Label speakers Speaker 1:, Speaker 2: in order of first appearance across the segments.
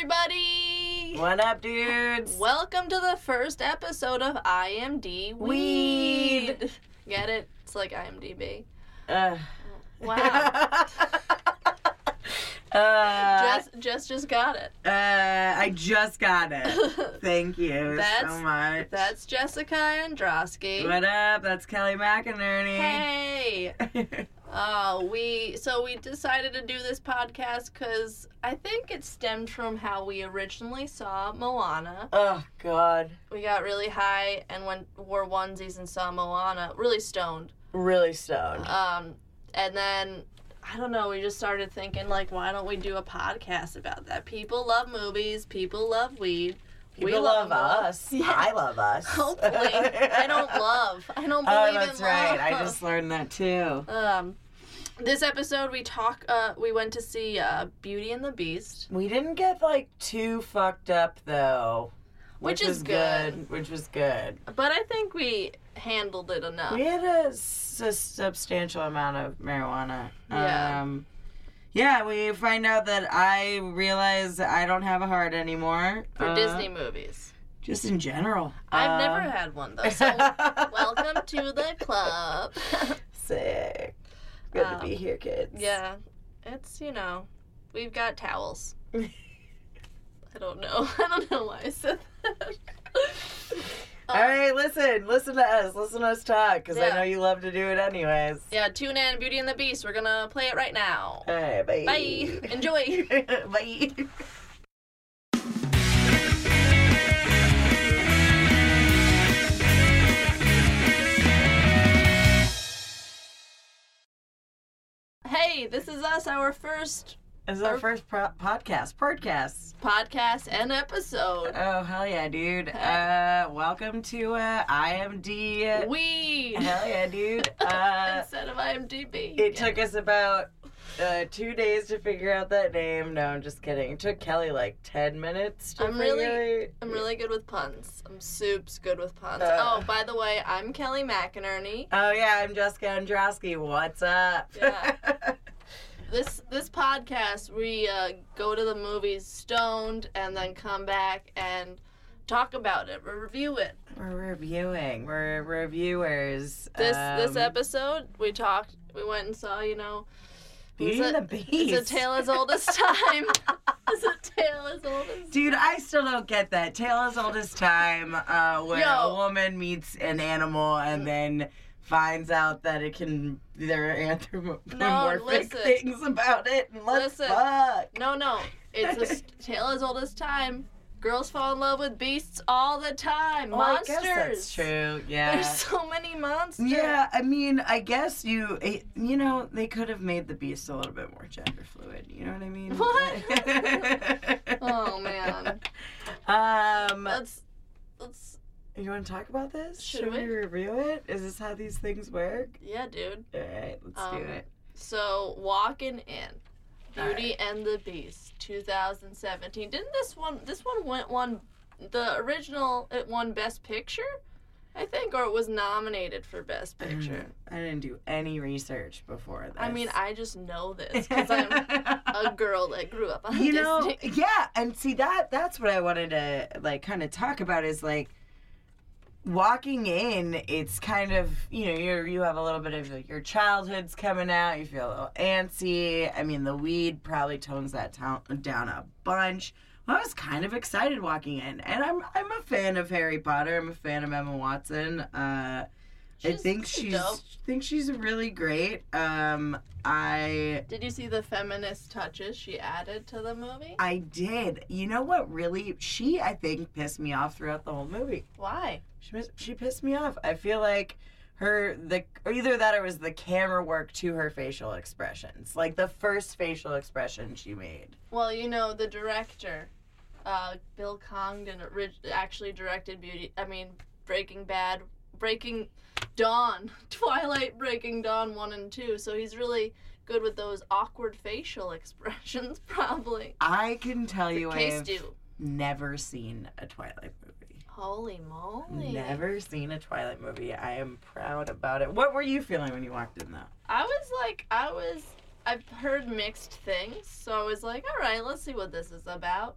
Speaker 1: everybody!
Speaker 2: What up, dudes?
Speaker 1: Welcome to the first episode of IMD Weed.
Speaker 2: Weed.
Speaker 1: Get it? It's like IMDb.
Speaker 2: Uh.
Speaker 1: Wow.
Speaker 2: uh,
Speaker 1: Jess, Jess just got it.
Speaker 2: uh, I just got it. Thank you
Speaker 1: That's-
Speaker 2: so much.
Speaker 1: That's Jessica Androsky.
Speaker 2: what up? That's Kelly McInerney.
Speaker 1: Hey. Oh, we so we decided to do this podcast because I think it stemmed from how we originally saw Moana.
Speaker 2: oh God,
Speaker 1: We got really high and went wore onesies and saw Moana, really stoned.
Speaker 2: really stoned.
Speaker 1: Um, and then I don't know, we just started thinking like, why don't we do a podcast about that? People love movies, people love weed.
Speaker 2: People love, us.
Speaker 1: Yeah.
Speaker 2: I love us.
Speaker 1: Hopefully, I don't love. I don't believe
Speaker 2: Oh, that's
Speaker 1: in
Speaker 2: right. I
Speaker 1: love.
Speaker 2: just learned that too.
Speaker 1: Um, this episode we talk. Uh, we went to see uh, Beauty and the Beast.
Speaker 2: We didn't get like too fucked up though.
Speaker 1: Which is
Speaker 2: was good. Which was good.
Speaker 1: But I think we handled it enough.
Speaker 2: We had a, s- a substantial amount of marijuana.
Speaker 1: Yeah.
Speaker 2: Um, yeah, we find out that I realize I don't have a heart anymore.
Speaker 1: For
Speaker 2: Uh,
Speaker 1: Disney movies.
Speaker 2: Just in general.
Speaker 1: I've
Speaker 2: Uh,
Speaker 1: never had one though. So welcome to the club.
Speaker 2: Sick. Good
Speaker 1: Um,
Speaker 2: to be here, kids.
Speaker 1: yeah. It's you know, we've got towels. I don't know. I don't know why I said that.
Speaker 2: All right, listen. Listen to us. Listen to us talk because
Speaker 1: Yeah.
Speaker 2: I know you love to do it anyways.
Speaker 1: Yeah, tune in Beauty and the Beast. We're gonna play it right now.
Speaker 2: All right, bye.
Speaker 1: Bye. Enjoy.
Speaker 2: bye.
Speaker 1: Hey, this is us, our first
Speaker 2: This is our first pro- podcast. Podcast.
Speaker 1: podcast and episode.
Speaker 2: Oh hell yeah, dude! Uh, welcome to uh, IMD.
Speaker 1: We
Speaker 2: Hell yeah, dude! Uh,
Speaker 1: instead of IMDb.
Speaker 2: it took us about uh, two days to figure out that name. No, I'm just kidding. It took Kelly like ten minutes to
Speaker 1: I'm
Speaker 2: figure.
Speaker 1: really- I'm really good with puns. I'm soups good with puns.
Speaker 2: Uh.
Speaker 1: oh, by the way, I'm Kelly McInerney.
Speaker 2: Oh yeah, I'm Jessica Androsky. What's up?
Speaker 1: Yeah. This this podcast, we uh, go to the movies stoned and then come back and talk about it, review it.
Speaker 2: We're reviewing. We're reviewers.
Speaker 1: This this
Speaker 2: Um,
Speaker 1: episode, we talked. We went and saw. You know,
Speaker 2: Beauty and
Speaker 1: a-
Speaker 2: the Beast.
Speaker 1: it's a tale as old as time. it's a tale as old as.
Speaker 2: Dude, I still don't get that. Tale as old as time, uh, where
Speaker 1: Yo.
Speaker 2: a woman meets an animal and then finds out that it can there are anthropomorphic
Speaker 1: listen.
Speaker 2: things about it and let's
Speaker 1: Listen.
Speaker 2: fuck.
Speaker 1: No, no, it's a s- tale as old as time. Girls fall in love with beasts all the time.
Speaker 2: Well, Oh, I
Speaker 1: Monsters.
Speaker 2: guess that's true. Yeah.
Speaker 1: There's so many monsters.
Speaker 2: yeah, I mean, I guess you, it- you know, they could have made the beast a little bit more gender fluid. You know what I mean?
Speaker 1: What? Oh, man.
Speaker 2: Um,
Speaker 1: Let's let's
Speaker 2: you want to talk about this?
Speaker 1: Should
Speaker 2: Should we
Speaker 1: we?
Speaker 2: review it? Is this how these things work?
Speaker 1: yeah, dude.
Speaker 2: All right, let's do
Speaker 1: Um,
Speaker 2: it.
Speaker 1: So walking in, Beauty
Speaker 2: Alright.
Speaker 1: and the Beast, 2017. Didn't this one? This one went one. The original it won Best Picture, I think, or it was nominated for Best
Speaker 2: I don't
Speaker 1: Picture.
Speaker 2: know. I didn't do any research before this.
Speaker 1: I mean, I just know this because I'm a girl that grew up on
Speaker 2: you
Speaker 1: Disney.
Speaker 2: know, yeah, and see that—that's what I wanted to like kind of talk about is like walking in. It's kind of you know you you have a little bit of like, your childhood's coming out. You feel a little antsy. I mean, the weed probably tones that town down a bunch. I was kind of excited walking in, and I'm I'm a fan of Harry Potter. I'm a fan of Emma Watson. Uh, I
Speaker 1: She's-
Speaker 2: think she's
Speaker 1: dope.
Speaker 2: think she's really great. Um, I
Speaker 1: Did you see the feminist touches she added to the movie?
Speaker 2: I did. You know what really she I think pissed me off throughout the whole movie.
Speaker 1: Why?
Speaker 2: She mis- she pissed me off. I feel like her the or either that or it was the camera work to her facial expressions. Like the first facial expression she made.
Speaker 1: Well, you know, the director, uh, Bill Congdon, orig- actually directed Beauty. I mean, Breaking Bad, Breaking Dawn, Twilight, Breaking Dawn one and two. So he's really good with those awkward facial expressions, probably.
Speaker 2: I can tell you
Speaker 1: Case
Speaker 2: I've
Speaker 1: do.
Speaker 2: never seen a Twilight movie.
Speaker 1: Holy moly!
Speaker 2: Never seen a Twilight movie. I am proud about it. What were you feeling when you walked in though?
Speaker 1: I was like, I was. I've heard mixed things, so I was like, all right, let's see what this is about.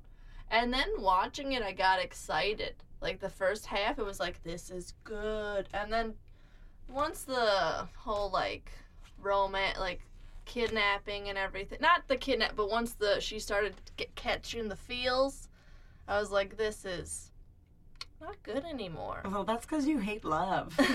Speaker 1: And then watching it, I got excited. Like the first half, it was like, this is good. And then once the whole like romance, like kidnapping and everything, not the kidnap, but once the she started get, catching the feels, I was like, this is not good anymore.
Speaker 2: Well, that's because you hate love.
Speaker 1: No,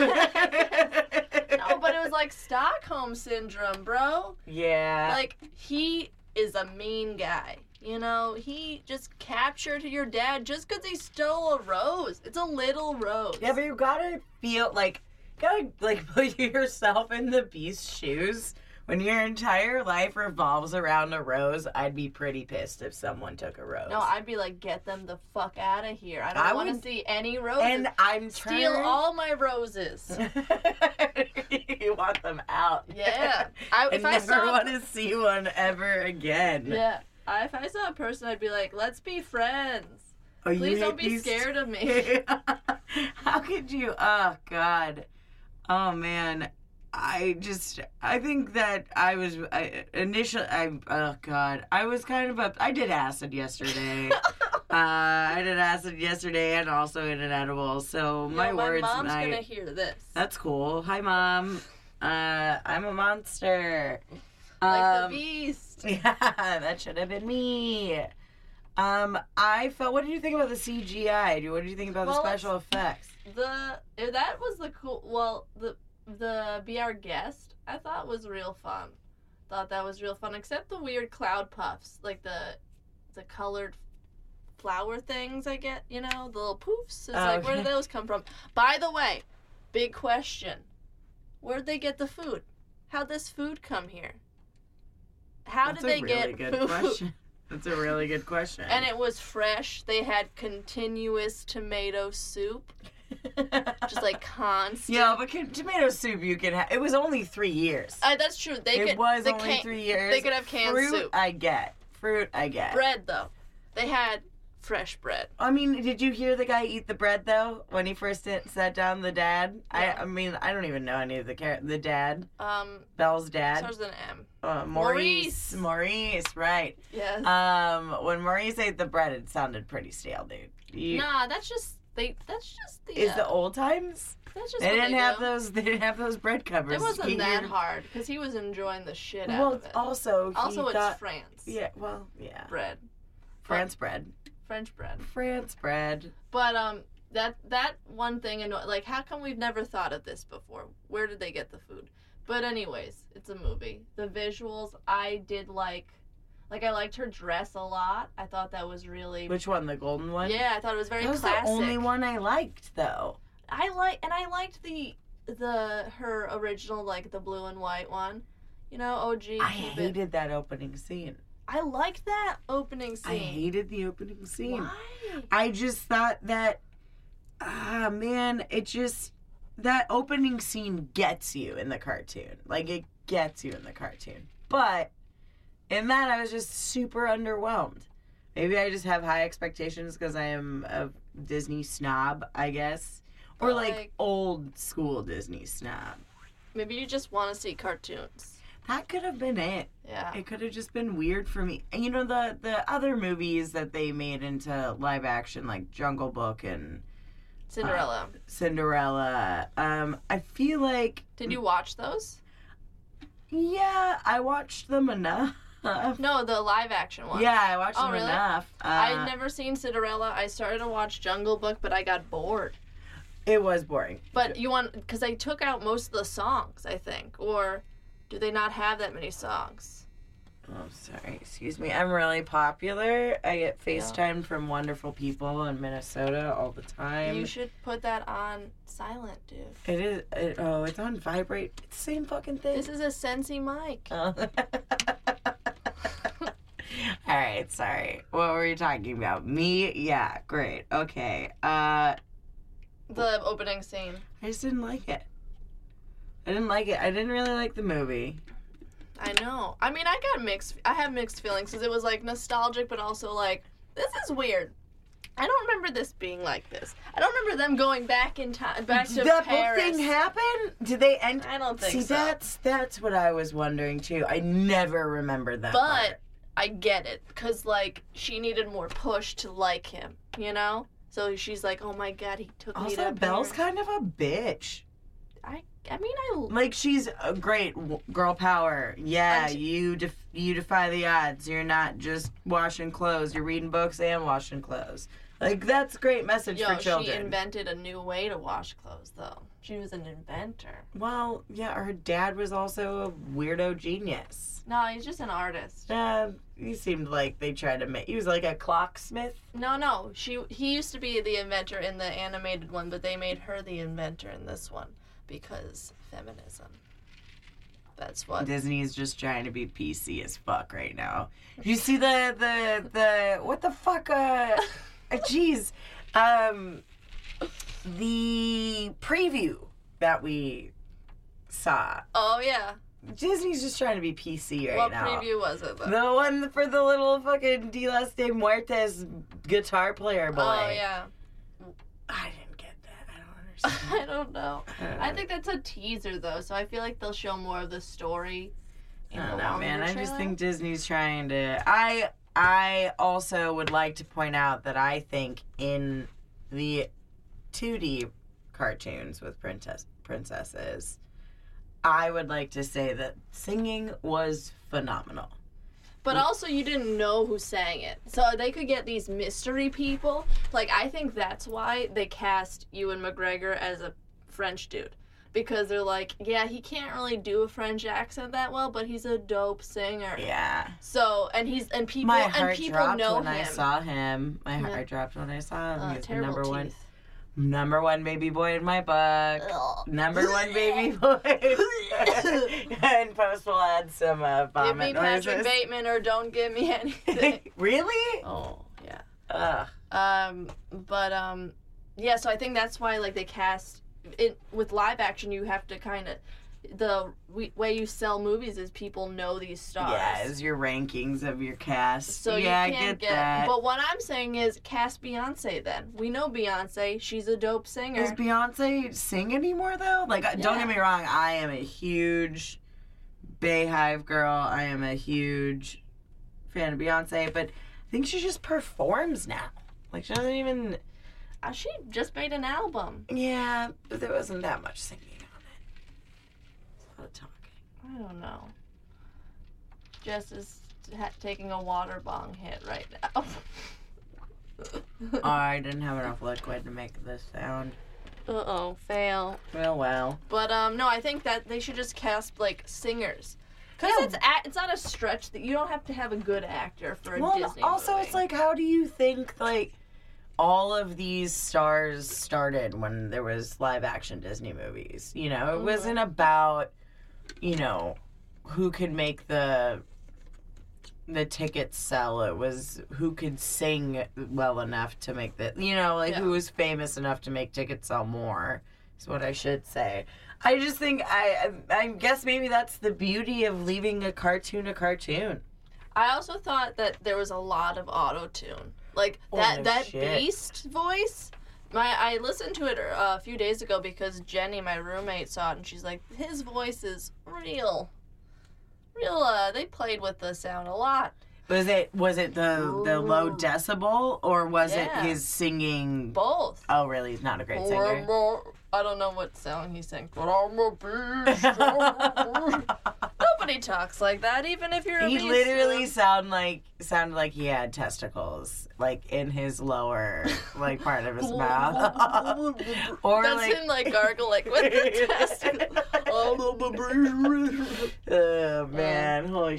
Speaker 1: but it was like Stockholm syndrome, bro.
Speaker 2: yeah.
Speaker 1: like he is a mean guy you know he just captured your dad just because he stole a rose it's a little rose
Speaker 2: Yeah, but you gotta feel like gotta like put yourself in the beast's shoes. When your entire life revolves around a rose, I'd be pretty pissed if someone took a rose.
Speaker 1: no i'd be like get them the fuck out of here i
Speaker 2: I
Speaker 1: don't want
Speaker 2: would-
Speaker 1: to see any roses
Speaker 2: and I'm
Speaker 1: steal
Speaker 2: turned-
Speaker 1: all my roses
Speaker 2: you want them out.
Speaker 1: yeah i
Speaker 2: I
Speaker 1: if i
Speaker 2: never
Speaker 1: saw
Speaker 2: want to see one ever again.
Speaker 1: yeah I, if i saw a person i'd be like let's be friends
Speaker 2: Oh, you
Speaker 1: please don't be
Speaker 2: hate these-
Speaker 1: scared of me
Speaker 2: How could you? Oh God. Oh man. I just I think that I was I, initial I oh God I was kind of up I did acid yesterday. uh, I did acid yesterday and also in an edible. So
Speaker 1: You
Speaker 2: my,
Speaker 1: know,
Speaker 2: words
Speaker 1: mom's
Speaker 2: might-
Speaker 1: gonna hear this
Speaker 2: that's cool. Hi mom. Uh, I'm a monster.
Speaker 1: like
Speaker 2: Um,
Speaker 1: the beast
Speaker 2: yeah, that should have been me. Um, I felt. What did you think about the CGI? Do- What did you think about
Speaker 1: Well,
Speaker 2: the special effects?
Speaker 1: the eh, that was the cool well the the be our guest i thought was real fun thought that was real fun except the weird cloud puffs like the the colored flower things i get you know the little poofs it's like where do
Speaker 2: Oh, Okay.
Speaker 1: those come from by the way big question where'd they get the food how'd this food come here how
Speaker 2: That's
Speaker 1: did they
Speaker 2: a really
Speaker 1: get
Speaker 2: good
Speaker 1: food
Speaker 2: question. That's a really good question.
Speaker 1: and it was fresh they had continuous tomato soup just like constant
Speaker 2: yeah, but can, tomato soup you can have. It was only three years.
Speaker 1: Uh, that's true. They
Speaker 2: it
Speaker 1: could.
Speaker 2: was
Speaker 1: they
Speaker 2: only
Speaker 1: can't-
Speaker 2: three years.
Speaker 1: They could have canned
Speaker 2: fruit.
Speaker 1: soup.
Speaker 2: I get fruit. I get.
Speaker 1: Bread though, they had fresh bread.
Speaker 2: I mean, did you hear the guy eat the bread though when he first sit- sat down? The dad.
Speaker 1: Yeah.
Speaker 2: I, I mean, I don't even know any of the char- the dad.
Speaker 1: Um,
Speaker 2: Belle's dad.
Speaker 1: starts with an M.
Speaker 2: uh,
Speaker 1: Maurice.
Speaker 2: Maurice. Maurice, right.
Speaker 1: Yes.
Speaker 2: Um, when Maurice ate the bread, it sounded pretty stale, dude. You-
Speaker 1: nah, that's just they. That's just the.
Speaker 2: Is
Speaker 1: uh,
Speaker 2: the old times?
Speaker 1: that's just
Speaker 2: They
Speaker 1: what
Speaker 2: didn't
Speaker 1: they
Speaker 2: have
Speaker 1: do.
Speaker 2: those. They didn't have those bread covers.
Speaker 1: It wasn't
Speaker 2: Get
Speaker 1: that
Speaker 2: your-
Speaker 1: hard because he was enjoying the shit out
Speaker 2: Well,
Speaker 1: of it.
Speaker 2: also, he
Speaker 1: also, it's
Speaker 2: got-
Speaker 1: France.
Speaker 2: yeah. Well, yeah.
Speaker 1: Bread.
Speaker 2: France bread.
Speaker 1: French bread.
Speaker 2: France bread.
Speaker 1: But um, that that one thing annoy like how come we've never thought of this before? Where did they get the food? But anyways, it's a movie. The visuals I did like, like I liked her dress a lot. I thought that was really
Speaker 2: Which one? The golden one.
Speaker 1: yeah. I thought it was very
Speaker 2: That was
Speaker 1: classic.
Speaker 2: the only one I liked, though.
Speaker 1: I like and I liked the the her original like the blue and white one. You know, OG.
Speaker 2: I
Speaker 1: keep it.
Speaker 2: hated that opening scene.
Speaker 1: I liked that opening scene.
Speaker 2: I hated the opening scene.
Speaker 1: Why?
Speaker 2: I just thought that, ah, man, it just, that opening scene gets you in the cartoon. Like, it gets you in the cartoon. But in that, I was just super underwhelmed. Maybe I just have high expectations because I am a Disney snob, I guess. Or
Speaker 1: But,
Speaker 2: like,
Speaker 1: like-
Speaker 2: old school Disney snob.
Speaker 1: Maybe you just want to see cartoons.
Speaker 2: That could have been it.
Speaker 1: Yeah.
Speaker 2: It could have just been weird for me. And you know the the other movies that they made into live action, like Jungle Book and
Speaker 1: Cinderella.
Speaker 2: Cinderella. Um, I feel like
Speaker 1: Did you watch those?
Speaker 2: yeah, I watched them enough.
Speaker 1: No, the live action one.
Speaker 2: Yeah, I watched
Speaker 1: Oh,
Speaker 2: them
Speaker 1: really?
Speaker 2: enough. Uh,
Speaker 1: I'd never seen Cinderella. I started to watch Jungle Book, but I got bored.
Speaker 2: it was boring.
Speaker 1: But you want because they took out most of the songs, I think, or do they not have that many songs?
Speaker 2: Oh, sorry. Excuse me. I'm really popular. I get FaceTime from wonderful people in Minnesota all the time.
Speaker 1: you should put that on silent, dude.
Speaker 2: it is. It, oh, it's on vibrate. It's the same fucking thing.
Speaker 1: This is a Sensi mic.
Speaker 2: Oh. All right, sorry. What were you talking about? Me? Yeah, great. Okay. Uh
Speaker 1: The opening scene.
Speaker 2: I just didn't like it. I didn't like it. I didn't really like the movie.
Speaker 1: I know. I mean, I got mixed. I have mixed feelings because it was like nostalgic, but also like this is weird. I don't remember this being like this. I don't remember them going back in time, back to
Speaker 2: that
Speaker 1: Paris.
Speaker 2: whole thing happened? Did they end?
Speaker 1: I don't think
Speaker 2: See,
Speaker 1: so.
Speaker 2: that's that's what I was wondering too. I never remembered that.
Speaker 1: But I get it cuz like she needed more push to like him, you know? So she's like, "Oh my god, he took me
Speaker 2: Also,
Speaker 1: to
Speaker 2: Belle's
Speaker 1: Paris."
Speaker 2: kind of a bitch.
Speaker 1: I mean, I l-
Speaker 2: Like she's a great w- girl power. Yeah,
Speaker 1: And she-
Speaker 2: you def- you defy the odds. You're not just washing clothes. You're reading books and washing clothes. Like that's a great message
Speaker 1: yo,
Speaker 2: for
Speaker 1: she
Speaker 2: children.
Speaker 1: invented a new way to wash clothes though. She was an inventor.
Speaker 2: well, yeah, her dad was also a weirdo genius.
Speaker 1: No, he's just an artist.
Speaker 2: Uh, he seemed like they tried to make. He was like a clocksmith.
Speaker 1: No, no. She he used to be the inventor in the animated one, but they made her the inventor in this one because feminism. That's what.
Speaker 2: Disney is just trying to be PC as fuck right now. You see the the the what the fuck? Uh, uh, jeez, um, the preview that we saw.
Speaker 1: Oh yeah.
Speaker 2: Disney's just trying to be PC right
Speaker 1: what
Speaker 2: now.
Speaker 1: preview was it? Though?
Speaker 2: The one for the little fucking Dilas de Muertes guitar player boy.
Speaker 1: Oh yeah.
Speaker 2: I didn't get that. I don't understand.
Speaker 1: I don't know.
Speaker 2: don't
Speaker 1: I
Speaker 2: know.
Speaker 1: think that's a teaser though, so I feel like they'll show more of the story. in
Speaker 2: I
Speaker 1: the
Speaker 2: don't know,
Speaker 1: longer
Speaker 2: Oh, man. I just
Speaker 1: trailer.
Speaker 2: think Disney's trying to. I I also would like to point out that I think in the 2D cartoons with princess princesses, I would like to say that singing was phenomenal.
Speaker 1: But also, you didn't know who sang it, so they could get these mystery people. Like I think that's why they cast Ewan McGregor as a French dude, because they're like, yeah, he can't really do a French accent that well, but he's a dope singer.
Speaker 2: Yeah,
Speaker 1: So and he's and people
Speaker 2: my
Speaker 1: and
Speaker 2: heart
Speaker 1: people
Speaker 2: dropped
Speaker 1: know
Speaker 2: when
Speaker 1: him.
Speaker 2: I saw him. My
Speaker 1: Yeah.
Speaker 2: heart dropped when I saw him.
Speaker 1: Uh,
Speaker 2: He's the
Speaker 1: terrible
Speaker 2: number one,
Speaker 1: teeth.
Speaker 2: number one baby boy in my book. Number one baby boy. and Post will add some uh,
Speaker 1: Give me
Speaker 2: vomit
Speaker 1: Patrick
Speaker 2: noises.
Speaker 1: Bateman or don't give me anything.
Speaker 2: really?
Speaker 1: oh yeah.
Speaker 2: Ugh.
Speaker 1: Um, but um, yeah. So I think that's why like they cast it with live action. You have to kind of the we, way you sell movies is people know these stars.
Speaker 2: Yeah, it's your rankings of your cast.
Speaker 1: So
Speaker 2: yeah,
Speaker 1: you
Speaker 2: I
Speaker 1: can't
Speaker 2: get,
Speaker 1: get.
Speaker 2: that.
Speaker 1: But what I'm saying is cast Beyonce. Then we know Beyonce. She's a dope singer.
Speaker 2: Does Beyonce sing anymore though? Like, uh, don't
Speaker 1: Yeah.
Speaker 2: get me wrong. I am a huge Bayhive girl. I am a huge fan of Beyonce, but I think she just performs now. Like, she doesn't even.
Speaker 1: Uh, she just made an album.
Speaker 2: Yeah, but there wasn't that much singing on it. It's a lot of talking.
Speaker 1: I don't know. Jess is ha- taking a water bong hit right now. uh
Speaker 2: I didn't have enough liquid to make this sound.
Speaker 1: oh, fail.
Speaker 2: Well, well.
Speaker 1: But um, no, I think that they should just cast like singers, because
Speaker 2: Yeah.
Speaker 1: it's a, it's not a stretch that you don't have to have a good actor for a
Speaker 2: Well, and
Speaker 1: Disney.
Speaker 2: also,
Speaker 1: movie.
Speaker 2: it's like, how do you think like all of these stars started when there was live action Disney movies? You know, it
Speaker 1: Mhm.
Speaker 2: wasn't about you know who could make the the tickets sell. It was who could sing well enough to make the you know like who
Speaker 1: Yeah.
Speaker 2: was famous enough to make tickets sell more. Is what I should say. I just think I I I guess maybe that's the beauty of leaving a cartoon a cartoon.
Speaker 1: I also thought that there was a lot of auto tune, like
Speaker 2: Oh,
Speaker 1: that
Speaker 2: no
Speaker 1: that
Speaker 2: shit.
Speaker 1: beast voice. My I listened to it uh, a few days ago because Jenny, my roommate, saw it and she's like, his voice is real, real. Uh, they played with the sound a lot.
Speaker 2: Was it was it the the low
Speaker 1: Ooh.
Speaker 2: decibel or was
Speaker 1: Yeah.
Speaker 2: it his singing?
Speaker 1: Both.
Speaker 2: Oh, really? He's not a great singer.
Speaker 1: I don't know what song he sang. But I'm a beast. I'm a beast. Nobody talks like that, even if you're a
Speaker 2: he
Speaker 1: beast.
Speaker 2: literally sound like sounded like he had testicles, like in his lower like part of his mouth. or
Speaker 1: That's
Speaker 2: like,
Speaker 1: him like gargle like with the testicles. I'm a beast.
Speaker 2: oh man, holy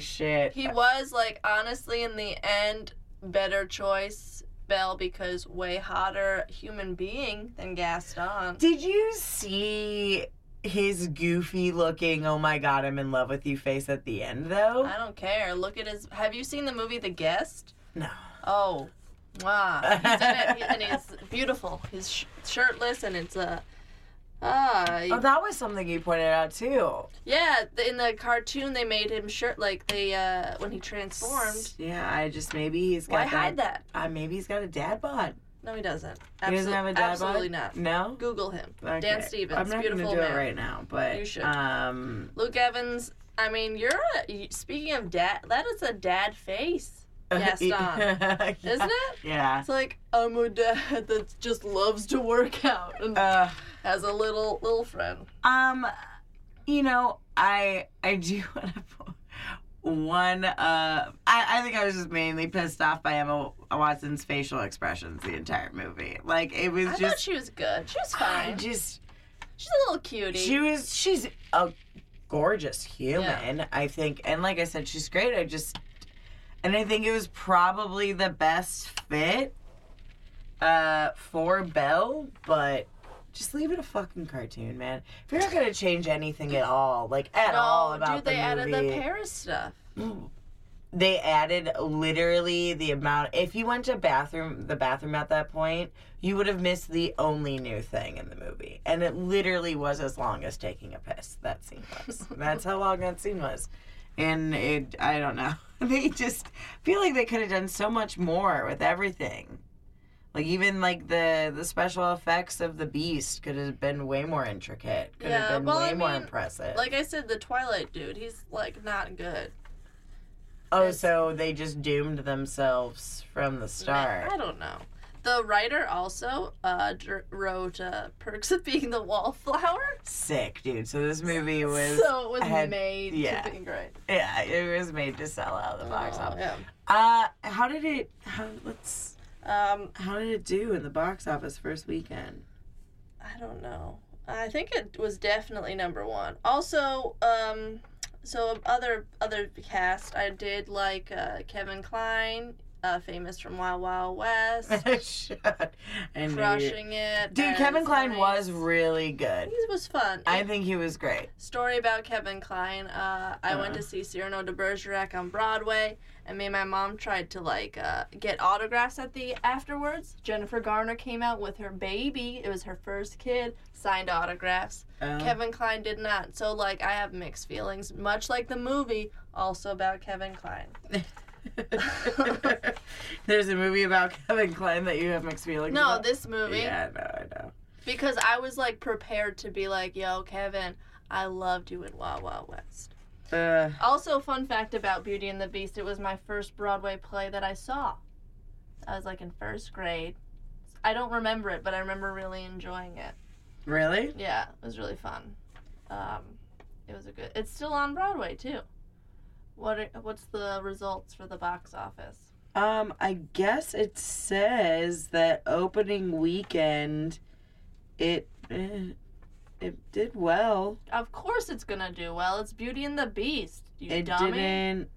Speaker 2: shit!
Speaker 1: He was like honestly in the end better choice Belle because way hotter human being than Gaston.
Speaker 2: Did you see his goofy looking? Oh my god, I'm in love with you face at the end though.
Speaker 1: I don't care. Look at his. Have you seen the movie The Guest?
Speaker 2: No.
Speaker 1: Oh, wow. He's in it, he- and he's beautiful. He's sh- shirtless, and it's a. Ah,
Speaker 2: Oh, that was something you pointed out too.
Speaker 1: yeah. th- In the cartoon, they made him shirt like they uh when he transformed.
Speaker 2: Yeah, I just maybe he's got
Speaker 1: Why
Speaker 2: that.
Speaker 1: hide that?
Speaker 2: Uh, maybe he's got a dad bod.
Speaker 1: No, he doesn't.
Speaker 2: He doesn't
Speaker 1: Absol-
Speaker 2: have a dad
Speaker 1: Absolutely
Speaker 2: bod.
Speaker 1: not.
Speaker 2: No.
Speaker 1: Google him.
Speaker 2: Okay.
Speaker 1: Dan Stevens,
Speaker 2: I'm not
Speaker 1: beautiful
Speaker 2: gonna do
Speaker 1: man.
Speaker 2: it right now, but
Speaker 1: You should.
Speaker 2: um,
Speaker 1: Luke Evans I mean, you're a, speaking of dad. That is a dad face, Gaston,
Speaker 2: yeah.
Speaker 1: isn't it?
Speaker 2: Yeah.
Speaker 1: It's like I'm a dad that just loves to work out and
Speaker 2: Uh,
Speaker 1: has a little little friend.
Speaker 2: um, you know, I I do want to put one. Uh, I I think I was just mainly pissed off by Emma Watson's facial expressions the entire movie. Like it was
Speaker 1: I thought
Speaker 2: just.
Speaker 1: she was good. She was
Speaker 2: I
Speaker 1: fine.
Speaker 2: just
Speaker 1: She's a little cutie.
Speaker 2: She was she's a gorgeous human, I think. And like I said, she's great. I just and I think it was probably the best fit uh for Belle, but just leave it a fucking cartoon, man. If you're not gonna change anything at all, like at
Speaker 1: no,
Speaker 2: all about
Speaker 1: dude, they
Speaker 2: the
Speaker 1: added
Speaker 2: movie,
Speaker 1: the Paris stuff.
Speaker 2: they added literally the amount. If you went to bathroom, the bathroom at that point, you would have missed the only new thing in the movie, and it literally was as long as taking a piss. That scene was. That's how long that scene was, and it. I don't know. They just feel like they could have done so much more with everything. Like even like the the special effects of the beast could have been way more intricate. Could
Speaker 1: Yeah,
Speaker 2: have been
Speaker 1: well,
Speaker 2: way
Speaker 1: I
Speaker 2: more
Speaker 1: mean,
Speaker 2: impressive.
Speaker 1: Like I said, the Twilight dude, he's like not good.
Speaker 2: Oh,
Speaker 1: It's-
Speaker 2: so they just doomed themselves from the
Speaker 1: I
Speaker 2: start.
Speaker 1: don't know. The writer also uh, dr- wrote uh, Perks of Being the Wallflower.
Speaker 2: Sick, dude. So this movie was
Speaker 1: so it was
Speaker 2: had-
Speaker 1: made
Speaker 2: yeah.
Speaker 1: to be great.
Speaker 2: yeah, it was made to sell out of the box
Speaker 1: Oh,
Speaker 2: office.
Speaker 1: yeah.
Speaker 2: Uh, how did it? How let's
Speaker 1: Um,
Speaker 2: how did it do in the box office first weekend?
Speaker 1: I don't know. I think it was definitely number one. Also, um, so other other cast, I did like uh, Kevin Klein, uh, famous from Wild Wild West,
Speaker 2: Shut. I knew you-
Speaker 1: crushing it.
Speaker 2: Dude,
Speaker 1: as
Speaker 2: Kevin Klein
Speaker 1: Lenny.
Speaker 2: was really good.
Speaker 1: He was fun.
Speaker 2: I think he was great.
Speaker 1: story about Kevin Klein. Uh, I went
Speaker 2: Uh-huh.
Speaker 1: to see Cyrano de Bergerac on Broadway, and me and my mom tried to like uh, get autographs at the afterwards. Jennifer Garner came out with her baby. It was her first kid. Signed autographs.
Speaker 2: Um,
Speaker 1: Kevin Klein did not. So like I have mixed feelings, much like the movie, also about Kevin Klein.
Speaker 2: There's a movie about Kevin Klein that you have mixed feelings
Speaker 1: No,
Speaker 2: about.
Speaker 1: this movie
Speaker 2: Yeah, no, I know.
Speaker 1: because I was like prepared to be like, "Yo, Kevin, I loved you in Wild Wild West."
Speaker 2: Uh,
Speaker 1: Also, fun fact about Beauty and the Beast: it was my first Broadway play that I saw. I was like in first grade. I don't remember it, but I remember really enjoying it.
Speaker 2: really?
Speaker 1: Yeah, it was really fun. Um, it was a good. It's still on Broadway too. What are, what's the results for the box office?
Speaker 2: Um, I guess it says that opening weekend, it eh, it did well.
Speaker 1: Of course, it's gonna do well. It's Beauty and the Beast. You
Speaker 2: it
Speaker 1: dummy.
Speaker 2: didn't.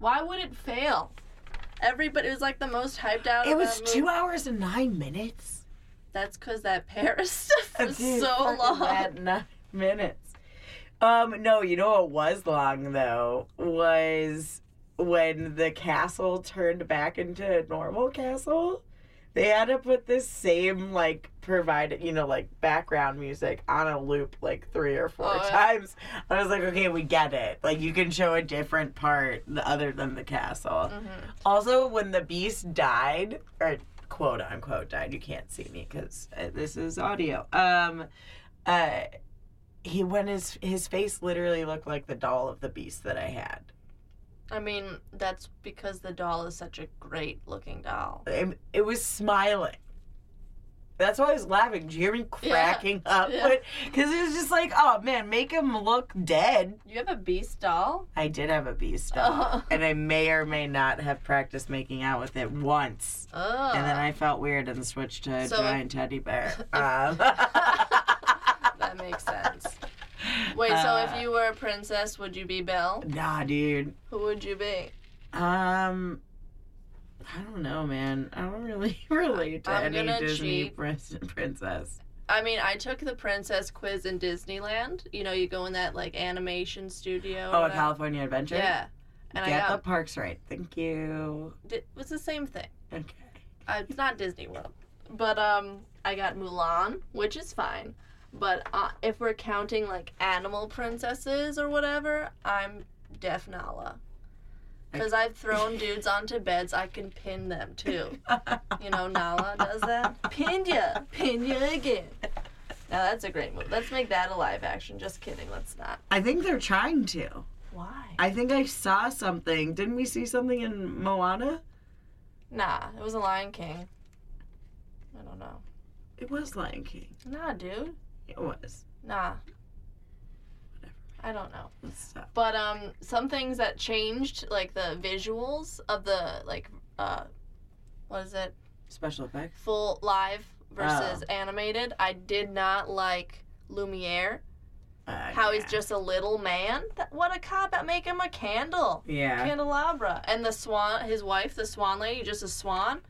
Speaker 1: Why would it fail? Everybody it was like the most hyped out. of that movie.
Speaker 2: hours and nine minutes.
Speaker 1: That's because that Paris stuff was
Speaker 2: Dude,
Speaker 1: so
Speaker 2: fucking
Speaker 1: long.
Speaker 2: that nine minutes. Um, no, you know what was long though was when the castle turned back into a normal castle. They had to put this same like provided, you know, like background music on a loop like three or four
Speaker 1: Oh, yeah.
Speaker 2: times. I was like, okay, we get it. Like you can show a different part other than the castle.
Speaker 1: Mhm.
Speaker 2: Also, when the beast died, or quote unquote died, you can't see me because this is audio. Um, uh, he when his his face literally looked like the doll of the beast that I had.
Speaker 1: I mean, that's because the doll is such a great looking doll.
Speaker 2: It, it was smiling. That's why I was laughing. Did you hear me cracking up?
Speaker 1: Yeah.
Speaker 2: Because it was just like, oh man, make him look dead.
Speaker 1: You have a beast doll?
Speaker 2: I did have a beast doll,
Speaker 1: Oh.
Speaker 2: and I may or may not have practiced making out with it once.
Speaker 1: Ugh.
Speaker 2: And then I felt weird and switched to a
Speaker 1: Uh-huh. So-
Speaker 2: giant teddy bear. Um,
Speaker 1: that makes sense. Wait, so
Speaker 2: Uh,
Speaker 1: if you were a princess, would you be Belle?
Speaker 2: nah, dude.
Speaker 1: Who would you be?
Speaker 2: Um, I don't know, man. I don't really relate to
Speaker 1: I'm
Speaker 2: any
Speaker 1: gonna
Speaker 2: Disney
Speaker 1: cheat.
Speaker 2: prin- princess.
Speaker 1: I mean, I took the princess quiz in Disneyland. You know, you go in that like animation studio. or
Speaker 2: Oh, a
Speaker 1: whatever.
Speaker 2: California Adventure.
Speaker 1: Yeah. And
Speaker 2: Get
Speaker 1: I
Speaker 2: the
Speaker 1: got
Speaker 2: parks right. Thank you.
Speaker 1: it was the same thing.
Speaker 2: Okay.
Speaker 1: Uh, it's not Disney World, but um, I got Mulan, which is fine. But uh, if we're counting like animal princesses or whatever, I'm Def Nala. Because I've thrown dudes onto beds, I can pin them too. You know, Nala does that. Pinned ya, pinned ya again. Now that's a great move. Let's make that a live action. Just kidding, let's not.
Speaker 2: I think they're trying to.
Speaker 1: Why?
Speaker 2: I think I saw something. Didn't we see something in Moana?
Speaker 1: Nah, it was a Lion King. I don't know.
Speaker 2: It was Lion King.
Speaker 1: Nah, dude.
Speaker 2: It was.
Speaker 1: Nah. I don't know.
Speaker 2: Let's stop.
Speaker 1: But um, some things that changed, like the visuals of the like, uh, what is it?
Speaker 2: Special effects.
Speaker 1: Full live versus
Speaker 2: Oh.
Speaker 1: animated. I did not like Lumiere.
Speaker 2: Uh,
Speaker 1: How
Speaker 2: yeah.
Speaker 1: he's just a little man. Th- What a cop at make him a candle,
Speaker 2: Yeah.
Speaker 1: candelabra, and the swan. His wife, the swan lady, just a swan.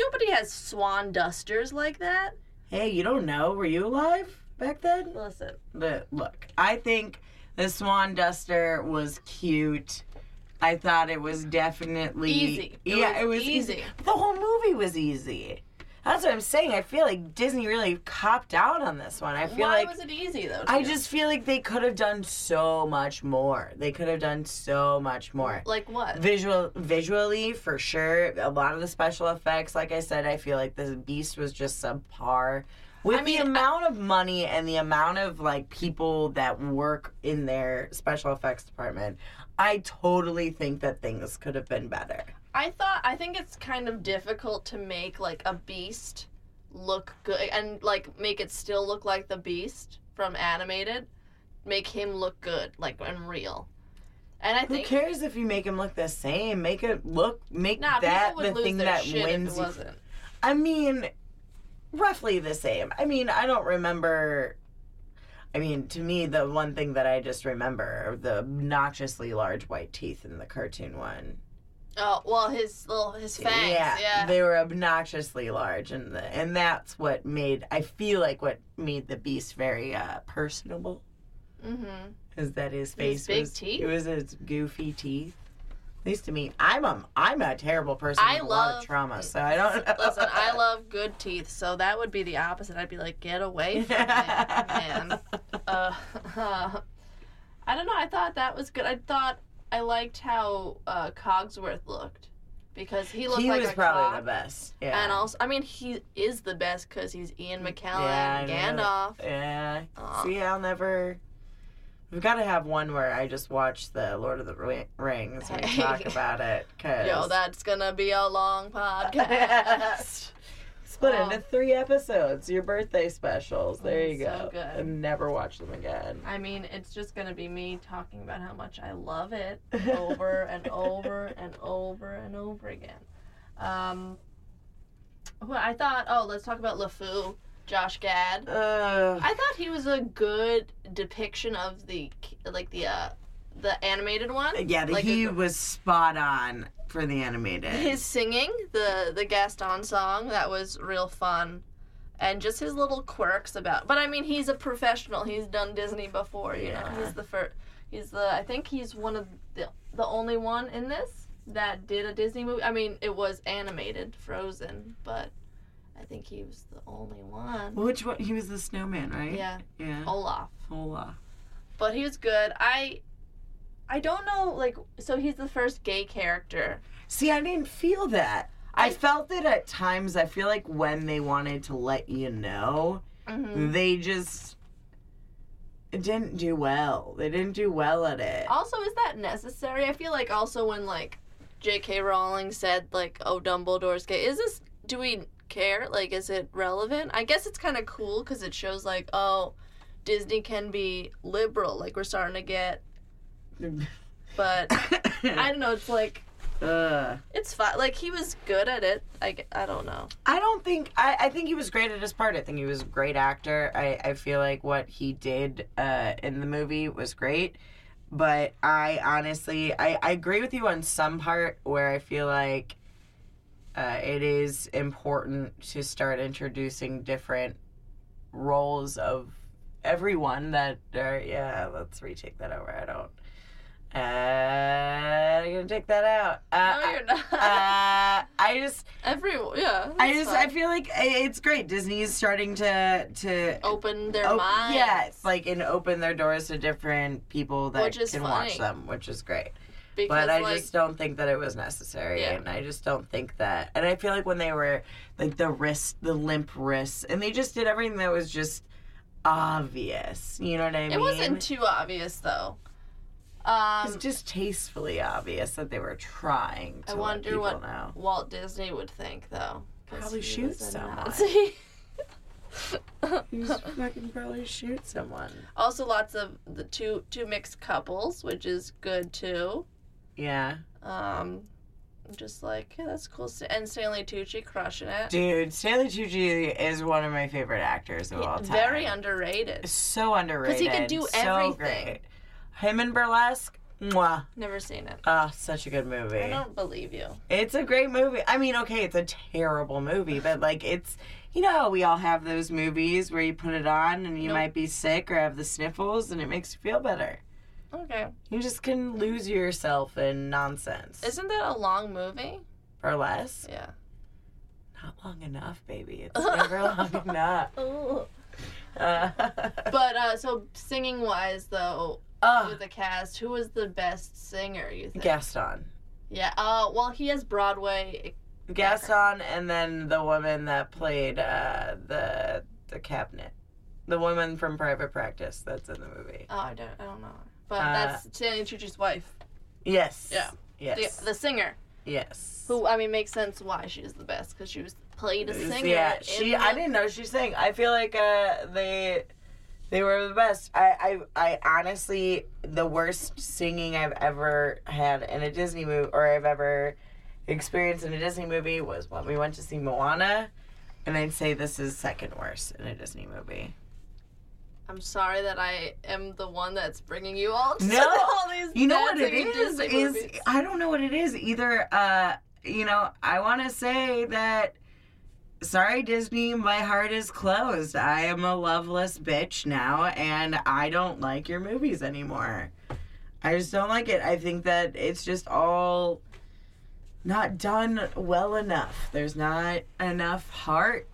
Speaker 1: Nobody has swan dusters like that.
Speaker 2: Hey, you don't know. Were you alive back then?
Speaker 1: Listen,
Speaker 2: But look, I think the Swan Duster was cute. I thought it was definitely
Speaker 1: easy.
Speaker 2: yeah, it was easy.
Speaker 1: easy.
Speaker 2: The whole movie was easy. That's what I'm saying. I feel like Disney really copped out on this one. I feel
Speaker 1: Why
Speaker 2: like
Speaker 1: was it easy though? to
Speaker 2: I
Speaker 1: you?
Speaker 2: just feel like they could have done so much more. They could have done so much more.
Speaker 1: like what?
Speaker 2: Visual visually for sure. A lot of the special effects, like I said, I feel like the beast was just subpar. With
Speaker 1: mean, I-
Speaker 2: the amount of money and the amount of like people that work in their special effects department, I totally think that things could have been better.
Speaker 1: I thought I think it's kind of difficult to make like a beast look good and like make it still look like the beast from animated, make him look good like and real. And I
Speaker 2: Who
Speaker 1: think
Speaker 2: cares if you make him look the same? Make it look make
Speaker 1: nah,
Speaker 2: that
Speaker 1: people
Speaker 2: the
Speaker 1: would lose
Speaker 2: thing
Speaker 1: their
Speaker 2: that
Speaker 1: shit
Speaker 2: wins
Speaker 1: if it
Speaker 2: you
Speaker 1: wasn't.
Speaker 2: I mean, roughly the same. I mean, I don't remember. I mean, to me, the one thing that I just remember are the obnoxiously large white teeth in the cartoon one.
Speaker 1: Oh well, his little his fangs. Yeah,
Speaker 2: they were obnoxiously large, and the, and that's what made I feel like what made the beast very uh, personable
Speaker 1: mm-hmm.
Speaker 2: is that his face
Speaker 1: big
Speaker 2: was
Speaker 1: teeth?
Speaker 2: it was his goofy teeth. At least to me, I'm a I'm a terrible person.
Speaker 1: I
Speaker 2: with a lot
Speaker 1: love-
Speaker 2: of trauma, so I don't.
Speaker 1: Listen, I love good teeth, so that would be the opposite. I'd be like, get away from me, man. uh, I don't know. I thought that was good. I thought I liked how uh, Cogsworth looked because he looked
Speaker 2: he
Speaker 1: like
Speaker 2: was
Speaker 1: a
Speaker 2: probably
Speaker 1: cog.
Speaker 2: the best. Yeah.
Speaker 1: And also, I mean, he is the best because he's Ian
Speaker 2: Yeah,
Speaker 1: McKellen,
Speaker 2: I know.
Speaker 1: Gandalf.
Speaker 2: Yeah.
Speaker 1: Aw.
Speaker 2: Eh, See, I'll never. We've got to have one where I just watch the Lord of the Ri- Rings and we talk about it. Cause
Speaker 1: Yo, that's gonna be a long podcast.
Speaker 2: split
Speaker 1: Aw.
Speaker 2: into three episodes. Your birthday specials. There you
Speaker 1: Mm, so
Speaker 2: go.
Speaker 1: good.
Speaker 2: And never watch them again.
Speaker 1: I mean, it's just gonna be me talking about how much I love it over and over and over and over again. Um, who I thought, oh, let's talk about LeFou, Josh Gad.
Speaker 2: Ugh.
Speaker 1: I thought he was a good depiction of the like the uh the animated one.
Speaker 2: yeah, the
Speaker 1: like
Speaker 2: he
Speaker 1: a-
Speaker 2: was spot on for the animated.
Speaker 1: His singing, the the Gaston song, that was real fun. And just his little quirks about. But I mean, he's a professional. He's done Disney before, you
Speaker 2: Yeah.
Speaker 1: know. He's the first he's the I think he's one of the the only one in this that did a Disney movie. I mean, it was animated, Frozen, but I think he was the only one.
Speaker 2: Which one? He was the snowman, right?
Speaker 1: Yeah,
Speaker 2: Yeah.
Speaker 1: Olaf.
Speaker 2: Olaf.
Speaker 1: but he was good. I I don't know like so he's the first gay character.
Speaker 2: See, I didn't feel that. I,
Speaker 1: I-
Speaker 2: felt it at times. I feel like when they wanted to let you know, they just didn't do well. They didn't do well at it.
Speaker 1: Also, is that necessary? I feel like also when like J.K. Rowling said like oh Dumbledore's gay, is this do we care? Like is it relevant? I guess it's kind of cool because it shows like oh Disney can be liberal like we're starting to get, but I don't know. It's like
Speaker 2: Ugh.
Speaker 1: it's fine. Like he was good at it. I gue- I don't know.
Speaker 2: I don't think I, I think he was great at his part. I think he was a great actor. I, I feel like what he did uh, in the movie was great. But I honestly I, I agree with you on some part where I feel like uh, it is important to start introducing different roles of everyone that are yeah, let's retake that over. I don't uh, I'm gonna take that out. Uh,
Speaker 1: no, you're not.
Speaker 2: uh, I just
Speaker 1: Everyone, yeah.
Speaker 2: I
Speaker 1: that's
Speaker 2: just
Speaker 1: fine.
Speaker 2: I feel like i- it's great. Disney is starting to to
Speaker 1: open their
Speaker 2: op-
Speaker 1: minds.
Speaker 2: yeah, it's oh, like and open their doors to different people that
Speaker 1: Which is
Speaker 2: can
Speaker 1: funny.
Speaker 2: watch them, which is great.
Speaker 1: because
Speaker 2: But I
Speaker 1: like
Speaker 2: just don't think that it was necessary,
Speaker 1: Yeah.
Speaker 2: and I just don't think that. And I feel like when they were like the wrist, the limp wrists, and they just did everything that was just obvious. You know what I mean?
Speaker 1: it wasn't too obvious though. Um,
Speaker 2: It's just tastefully obvious that they were trying to
Speaker 1: I
Speaker 2: let
Speaker 1: wonder
Speaker 2: people
Speaker 1: what-
Speaker 2: know.
Speaker 1: Walt Disney would think, though. 'cause
Speaker 2: Probably
Speaker 1: he
Speaker 2: shoot
Speaker 1: was a
Speaker 2: someone.
Speaker 1: Nazi.
Speaker 2: You just fucking probably shoot someone.
Speaker 1: also, lots of the two two mixed couples, which is good too.
Speaker 2: Yeah.
Speaker 1: Um, just like yeah, that's cool. Sta- And Stanley Tucci crushing it.
Speaker 2: Dude, Stanley Tucci is one of my favorite actors of all time.
Speaker 1: Very underrated.
Speaker 2: so underrated.
Speaker 1: he could do
Speaker 2: so
Speaker 1: everything.
Speaker 2: great. Him in Burlesque, mwah.
Speaker 1: Never seen it.
Speaker 2: Ah, such a good
Speaker 1: I
Speaker 2: movie.
Speaker 1: don't believe you.
Speaker 2: It's a great movie. I mean, okay, it's a terrible movie, but like it's you know how we all have those movies where you put it on and you
Speaker 1: Nope.
Speaker 2: might be sick or have the sniffles and it makes you feel better.
Speaker 1: Okay.
Speaker 2: You just can lose yourself in nonsense.
Speaker 1: Isn't that a long movie?
Speaker 2: Burlesque.
Speaker 1: Yeah.
Speaker 2: Not long enough, baby. It's never long enough.
Speaker 1: Ooh.
Speaker 2: Uh,
Speaker 1: But uh, so singing wise though,
Speaker 2: oh,
Speaker 1: with the cast, who was the best singer you think?
Speaker 2: Gaston.
Speaker 1: Yeah. Uh, well, he has Broadway.
Speaker 2: Gaston, and then the woman that played uh, the the cabinet, the woman from Private Practice that's in the movie.
Speaker 1: Oh, I don't, I don't know. But
Speaker 2: Uh,
Speaker 1: that's Stanley Tucci's wife,
Speaker 2: Yes.
Speaker 1: Yeah.
Speaker 2: Yes.
Speaker 1: the, the singer,
Speaker 2: yes.
Speaker 1: who I mean makes sense why she's the best because she was played a singer.
Speaker 2: Yeah,
Speaker 1: in
Speaker 2: she.
Speaker 1: the-
Speaker 2: I didn't know she sang. I feel like uh, they they were the best. I, I I honestly the worst singing I've ever had in a Disney movie or I've ever experienced in a Disney movie was when we went to see Moana, and I'd say this is second worst in a Disney movie.
Speaker 1: I'm sorry that I am the one that's bringing you all to
Speaker 2: No.
Speaker 1: all these.
Speaker 2: You know
Speaker 1: bad
Speaker 2: what it
Speaker 1: singing
Speaker 2: is?
Speaker 1: Disney
Speaker 2: Is
Speaker 1: movies.
Speaker 2: I don't know what it is either. Uh, you know, I want to say that. Sorry, Disney, my heart is closed. I am a loveless bitch now, and I don't like your movies anymore. I just don't like it. I think that it's just all not done well enough. There's not enough heart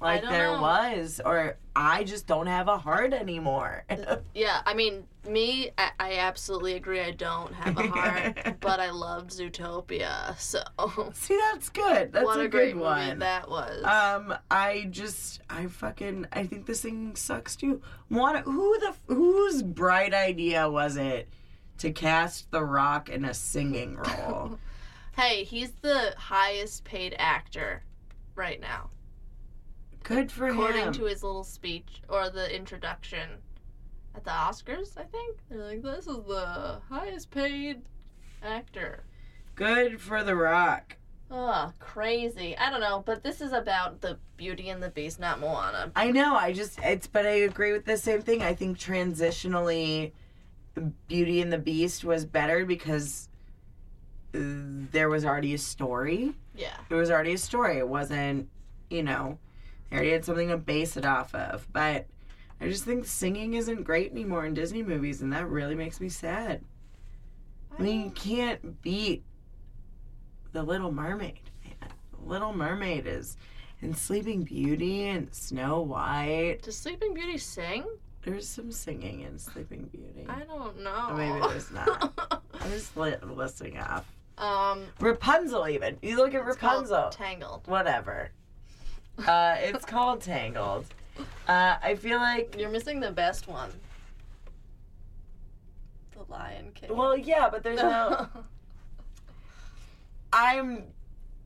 Speaker 1: I
Speaker 2: like
Speaker 1: don't
Speaker 2: there
Speaker 1: know.
Speaker 2: was, or I just don't have a heart anymore.
Speaker 1: yeah, I mean, me, I, I absolutely agree. I don't have a heart, but I loved Zootopia, so
Speaker 2: See, that's good. That's
Speaker 1: what
Speaker 2: a,
Speaker 1: a,
Speaker 2: good
Speaker 1: great
Speaker 2: one.
Speaker 1: movie that was.
Speaker 2: Um, I just, I fucking, I think this thing sucks too. Moana, who the, whose bright idea was it to cast The Rock in a singing role?
Speaker 1: hey, he's the highest paid actor right now,
Speaker 2: Good for
Speaker 1: according
Speaker 2: him.
Speaker 1: to his little speech or the introduction at the Oscars. I think they're like, this is the highest paid actor.
Speaker 2: Good for The Rock.
Speaker 1: Ugh, crazy. I don't know, but this is about the Beauty and the Beast, not Moana.
Speaker 2: I know. I just, it's, but I agree with the same thing. I think transitionally, Beauty and the Beast was better because uh, there was already a story.
Speaker 1: Yeah.
Speaker 2: it was already a story. It wasn't, you know, they already had something to base it off of. But I just think singing isn't great anymore in Disney movies, and that really makes me sad. I mean, you can't beat The Little Mermaid. man. The Little Mermaid is, and Sleeping Beauty and Snow White.
Speaker 1: Does Sleeping Beauty sing?
Speaker 2: There's some singing in Sleeping Beauty.
Speaker 1: I don't know.
Speaker 2: Or maybe there's not. I'm just li- listing off.
Speaker 1: um,
Speaker 2: Rapunzel, even. You look at
Speaker 1: it's called
Speaker 2: Rapunzel.
Speaker 1: Tangled.
Speaker 2: whatever. Uh, it's called Tangled. Uh, I feel like,
Speaker 1: You're missing the best one. The Lion King.
Speaker 2: well, yeah, but there's no. I'm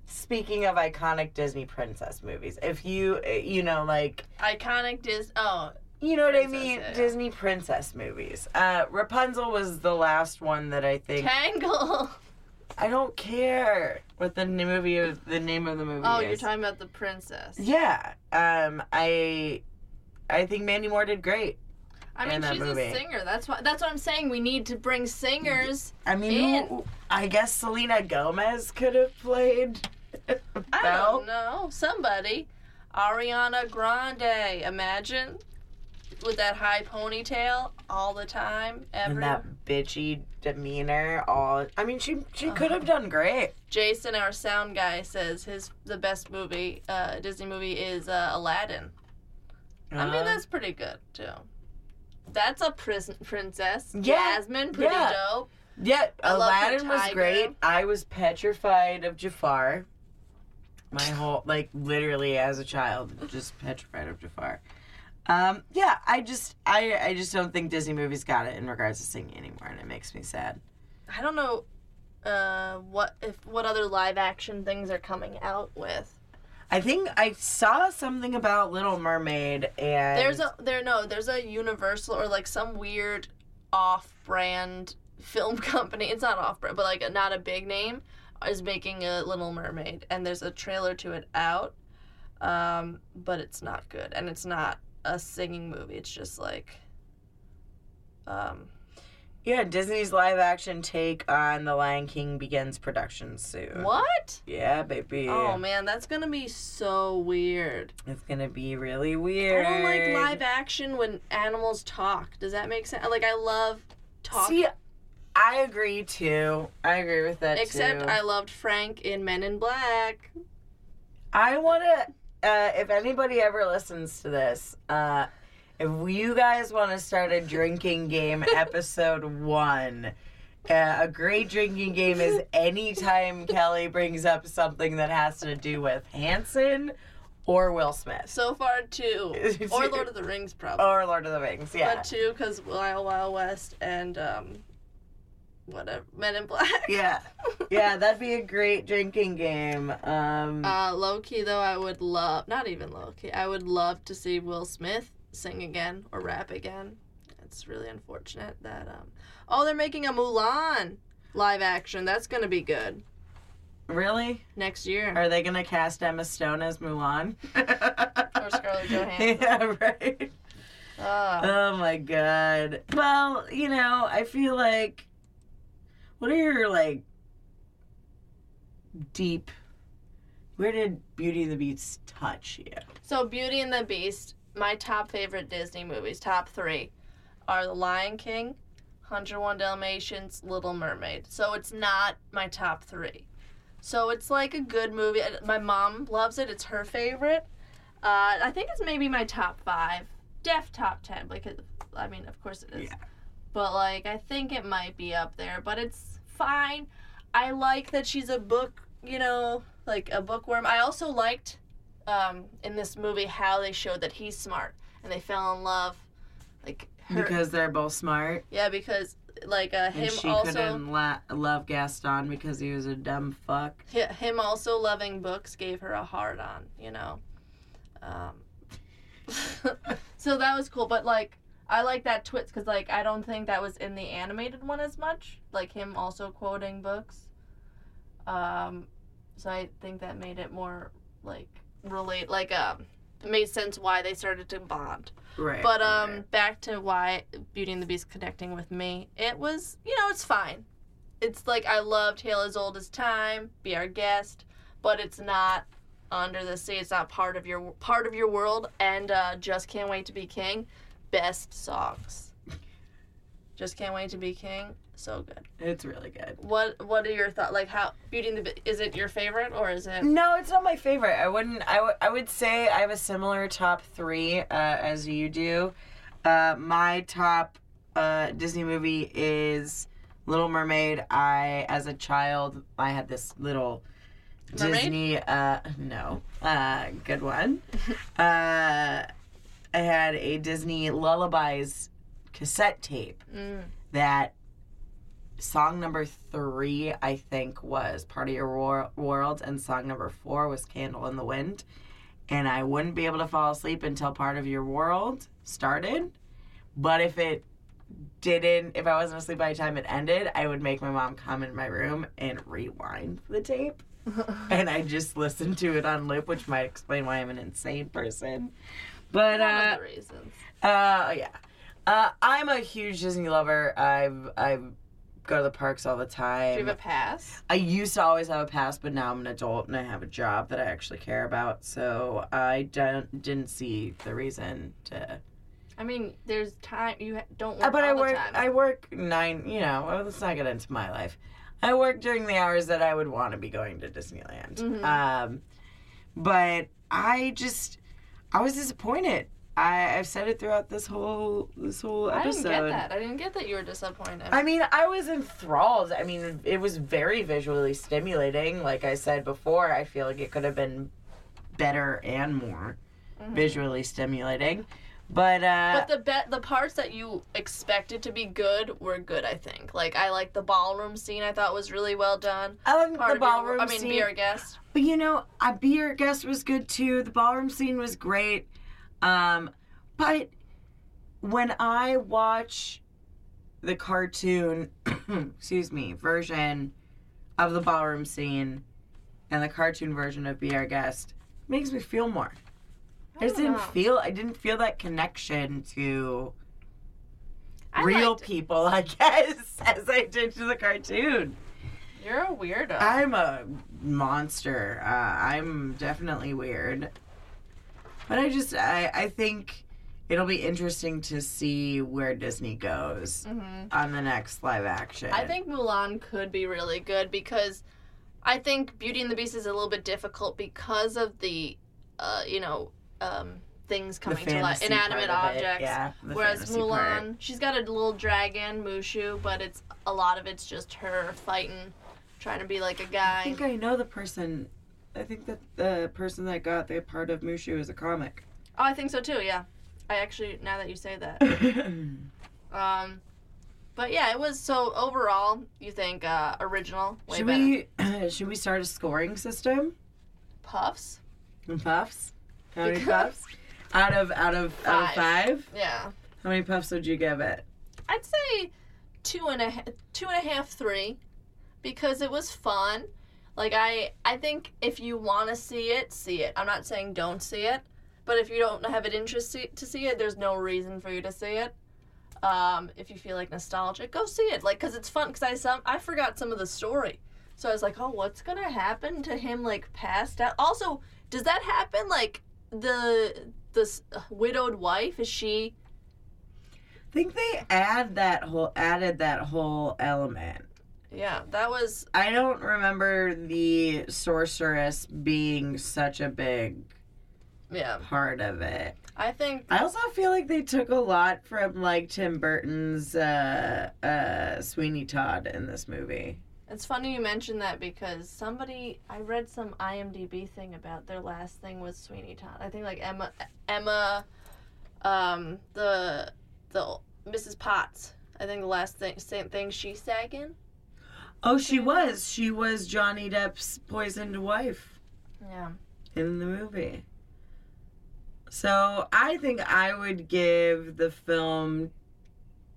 Speaker 2: speaking of iconic Disney princess movies. If you, uh, you know, like,
Speaker 1: Iconic Dis. Oh,
Speaker 2: you know what I
Speaker 1: Princess,
Speaker 2: mean?
Speaker 1: yeah, yeah.
Speaker 2: Disney princess movies. Uh, Rapunzel was the last one that I think.
Speaker 1: Tangled.
Speaker 2: I don't care what the n- movie of the name of the movie
Speaker 1: Oh,
Speaker 2: is.
Speaker 1: you're talking about the princess.
Speaker 2: Yeah. Um, I, I think Mandy Moore did great.
Speaker 1: I
Speaker 2: in
Speaker 1: mean,
Speaker 2: that
Speaker 1: she's
Speaker 2: movie.
Speaker 1: a singer. That's why. That's what I'm saying. We need to bring singers.
Speaker 2: I mean, who- I guess Selena Gomez could have played
Speaker 1: I
Speaker 2: Belle.
Speaker 1: don't know. Somebody. Ariana Grande. Imagine. With that high ponytail all the time,
Speaker 2: And
Speaker 1: ever.
Speaker 2: that bitchy demeanor, all. I mean, she she could have done great.
Speaker 1: Jason, our sound guy, says his the best movie, uh, Disney movie is uh, Aladdin. I
Speaker 2: Uh,
Speaker 1: mean, that's pretty good too. That's a pris- princess.
Speaker 2: Yeah,
Speaker 1: Jasmine, pretty
Speaker 2: yeah.
Speaker 1: dope.
Speaker 2: Um, yeah.
Speaker 1: I love her
Speaker 2: Aladdin was
Speaker 1: tiger.
Speaker 2: great. I was petrified of Jafar. My whole like literally as a child, just petrified of Jafar. Um, yeah, I just I I just don't think Disney movies got it in regards to singing anymore, and it makes me sad.
Speaker 1: I don't know uh, what if what other live action things are coming out with.
Speaker 2: I think I saw something about Little Mermaid and
Speaker 1: There's a there no there's a Universal or like some weird off-brand film company. It's not off-brand, but like not a big name is making a Little Mermaid, and there's a trailer to it out, um, but it's not good, and it's not a singing movie. It's just like, um,
Speaker 2: yeah Disney's live action take on The Lion King begins production soon.
Speaker 1: what?
Speaker 2: Yeah, baby.
Speaker 1: Oh man, that's gonna be so weird.
Speaker 2: It's gonna be really weird.
Speaker 1: I don't like live action when animals talk. Does that make sense? Like I love talk.
Speaker 2: See, I agree too. I agree with that.
Speaker 1: Except
Speaker 2: too.
Speaker 1: I loved Frank in Men in Black.
Speaker 2: I want to, uh, if anybody ever listens to this, uh, if you guys want to start a drinking game, episode one, uh, a great drinking game is anytime Kelly brings up something that has to do with Hanson or Will Smith
Speaker 1: So far, two. or Lord of the Rings, probably.
Speaker 2: or Lord of the Rings. Oh, Yeah.
Speaker 1: But two, because Wild Wild West and um, whatever Men in Black.
Speaker 2: Yeah. Yeah, that'd be a great drinking game. Um,
Speaker 1: Uh, low key though, I would love not even low key. I would love to see Will Smith sing again or rap again. It's really unfortunate that um. Oh, they're making a Mulan live action. That's gonna be good
Speaker 2: really?
Speaker 1: next year.
Speaker 2: Are they going to cast Emma Stone as Mulan?
Speaker 1: Or Scarlett Johansson.
Speaker 2: yeah, right.
Speaker 1: Uh,
Speaker 2: Oh my god. Well, you know, I feel like what are your like deep where did Beauty and the Beast touch you?
Speaker 1: so Beauty and the Beast. My top favorite Disney movies, top three, are The Lion King, 101 Dalmatians, Little Mermaid. So it's not my top three. So it's like a good movie. And My mom loves it. It's her favorite. Uh, I think it's maybe my top five, def top ten because I mean, of course it is.
Speaker 2: Yeah.
Speaker 1: But like, I think it might be up there. But it's fine. I like that she's a book, you know, like a bookworm. I also liked um, in this movie how they showed that he's smart and they fell in love, like her.
Speaker 2: Because they're both smart
Speaker 1: yeah, because like uh,
Speaker 2: and
Speaker 1: him
Speaker 2: she
Speaker 1: also.
Speaker 2: couldn't la- love Gaston because he was a dumb fuck.
Speaker 1: Hi- him also loving books gave her a hard on, you know. Um, so that was cool, but like I like that twist because like I don't think that was in the animated one as much. Like him also quoting books. Um, so I think that made it more like relate, like um, it made sense why they started to bond.
Speaker 2: Right.
Speaker 1: But um, back to why Beauty and the Beast connecting with me, it was you know it's fine. It's like I love Tale as Old as Time, Be Our Guest, but it's not Under the Sea. It's not part of your part of your world. And uh, Just Can't Wait to Be King, best songs. Just Can't Wait to Be King, so good.
Speaker 2: it's really good.
Speaker 1: What what are your thoughts? Like how Beauty and the Be- is it your favorite or is it?
Speaker 2: No, it's not my favorite. I wouldn't. I, w- I would say I have a similar top three uh, as you do. Uh, my top uh, Disney movie is Little Mermaid. I, as a child, I had this little
Speaker 1: Mermaid?
Speaker 2: Disney. Uh, no, uh, good one. uh, I had a Disney Lullabies cassette tape
Speaker 1: Mm.
Speaker 2: that song number three, I think, was Part of Your Wor- World, and song number four was Candle in the Wind. And I wouldn't be able to fall asleep until Part of Your World started. But if it didn't, if I wasn't asleep by the time it ended, I would make my mom come in my room and rewind the tape. and I just listened to it on loop, which might explain why I'm an insane person. But,
Speaker 1: One
Speaker 2: uh,
Speaker 1: of the reasons.
Speaker 2: uh, yeah. Uh, I'm a huge Disney lover. I've I go to the parks all the
Speaker 1: Do you
Speaker 2: time.
Speaker 1: have a pass?
Speaker 2: I used to always have a pass, but now I'm an adult and I have a job that I actually care about. So I don't didn't see the reason to.
Speaker 1: I mean, there's time you ha- don't
Speaker 2: Uh,
Speaker 1: work
Speaker 2: but
Speaker 1: all
Speaker 2: I
Speaker 1: the
Speaker 2: work.
Speaker 1: time.
Speaker 2: I work nine. You know, well, let's not get into my life. I work during the hours that I would want to be going to Disneyland.
Speaker 1: Mhm.
Speaker 2: Um, but I just I was disappointed. I, I've said it throughout this whole this whole
Speaker 1: I
Speaker 2: episode.
Speaker 1: didn't get that. I didn't get that you were disappointed.
Speaker 2: I mean, I was enthralled. I mean, it was very visually stimulating. Like I said before, I feel like it could have been better and more
Speaker 1: Mhm.
Speaker 2: visually stimulating. But uh
Speaker 1: But the bet the parts that you expected to be good were good. I think. Like I like the ballroom scene. I thought was really well done.
Speaker 2: I love
Speaker 1: Part
Speaker 2: the
Speaker 1: of Your Wor-
Speaker 2: ballroom
Speaker 1: I mean,
Speaker 2: scene.
Speaker 1: be our guest.
Speaker 2: But you know, I be your guest was good too. The ballroom scene was great. Um, but when I watch the cartoon, excuse me, version of the ballroom scene and the cartoon version of Be Our Guest, it makes me feel more. I, just
Speaker 1: don't
Speaker 2: didn't
Speaker 1: know.
Speaker 2: feel I didn't feel that connection to
Speaker 1: I
Speaker 2: real
Speaker 1: liked-
Speaker 2: people, I guess, as I did to the cartoon.
Speaker 1: You're a weirdo.
Speaker 2: I'm a monster. Uh, I'm definitely weird. But I just, I, I think it'll be interesting to see where Disney goes
Speaker 1: hmm
Speaker 2: on the next live action.
Speaker 1: I think Mulan could be really good because I think Beauty and the Beast is a little bit difficult because of the, uh, you know, um, things
Speaker 2: The
Speaker 1: coming to life,
Speaker 2: fantasy part
Speaker 1: inanimate
Speaker 2: of it,
Speaker 1: objects.
Speaker 2: yeah, the
Speaker 1: Whereas
Speaker 2: fantasy
Speaker 1: Mulan,
Speaker 2: part.
Speaker 1: she's got a little dragon, Mushu, but it's a lot of it's just her fighting, trying to be like a
Speaker 2: I
Speaker 1: guy.
Speaker 2: think I know the person. I think that the person that got the part of Mushu is a comic.
Speaker 1: Oh, I think so too. Yeah, I actually now that you say that.
Speaker 2: she
Speaker 1: Um, but yeah, it was so overall. You think uh, original? Way
Speaker 2: should
Speaker 1: better.
Speaker 2: we should we start a scoring system?
Speaker 1: Puffs?
Speaker 2: And puffs? How many
Speaker 1: Because-
Speaker 2: puffs? Out of out of out of
Speaker 1: Five.
Speaker 2: five?
Speaker 1: Yeah.
Speaker 2: How many puffs would you give it?
Speaker 1: I'd say two and a ha- two and a half, three, because it was fun. Like I, I think if you want to see it, see it. I'm not saying don't see it, but if you don't have an interest see- to see it, there's no reason for you to see it. Um, if you feel like nostalgic, go see it. Like, cause it's fun. Cause I some I forgot some of the story, so I was like, oh, what's gonna happen to him? Like passed out. Also, does that happen? Like the this widowed wife is she?
Speaker 2: think they add that whole added that whole element.
Speaker 1: Yeah, that was
Speaker 2: I don't remember the sorceress being such a big
Speaker 1: yeah.
Speaker 2: part of it.
Speaker 1: I think
Speaker 2: I also feel like they took a lot from like Tim Burton's uh, uh, Sweeney Todd in this movie.
Speaker 1: it's funny you mentioned that because somebody I read some IMDb thing about their last thing was Sweeney Todd. I think like Emma Emma um the the Mrs. Potts. I think the last thing same thing she sang in.
Speaker 2: Oh, she was. She was Johnny Depp's poisoned wife.
Speaker 1: Yeah.
Speaker 2: in the movie. So I think I would give the film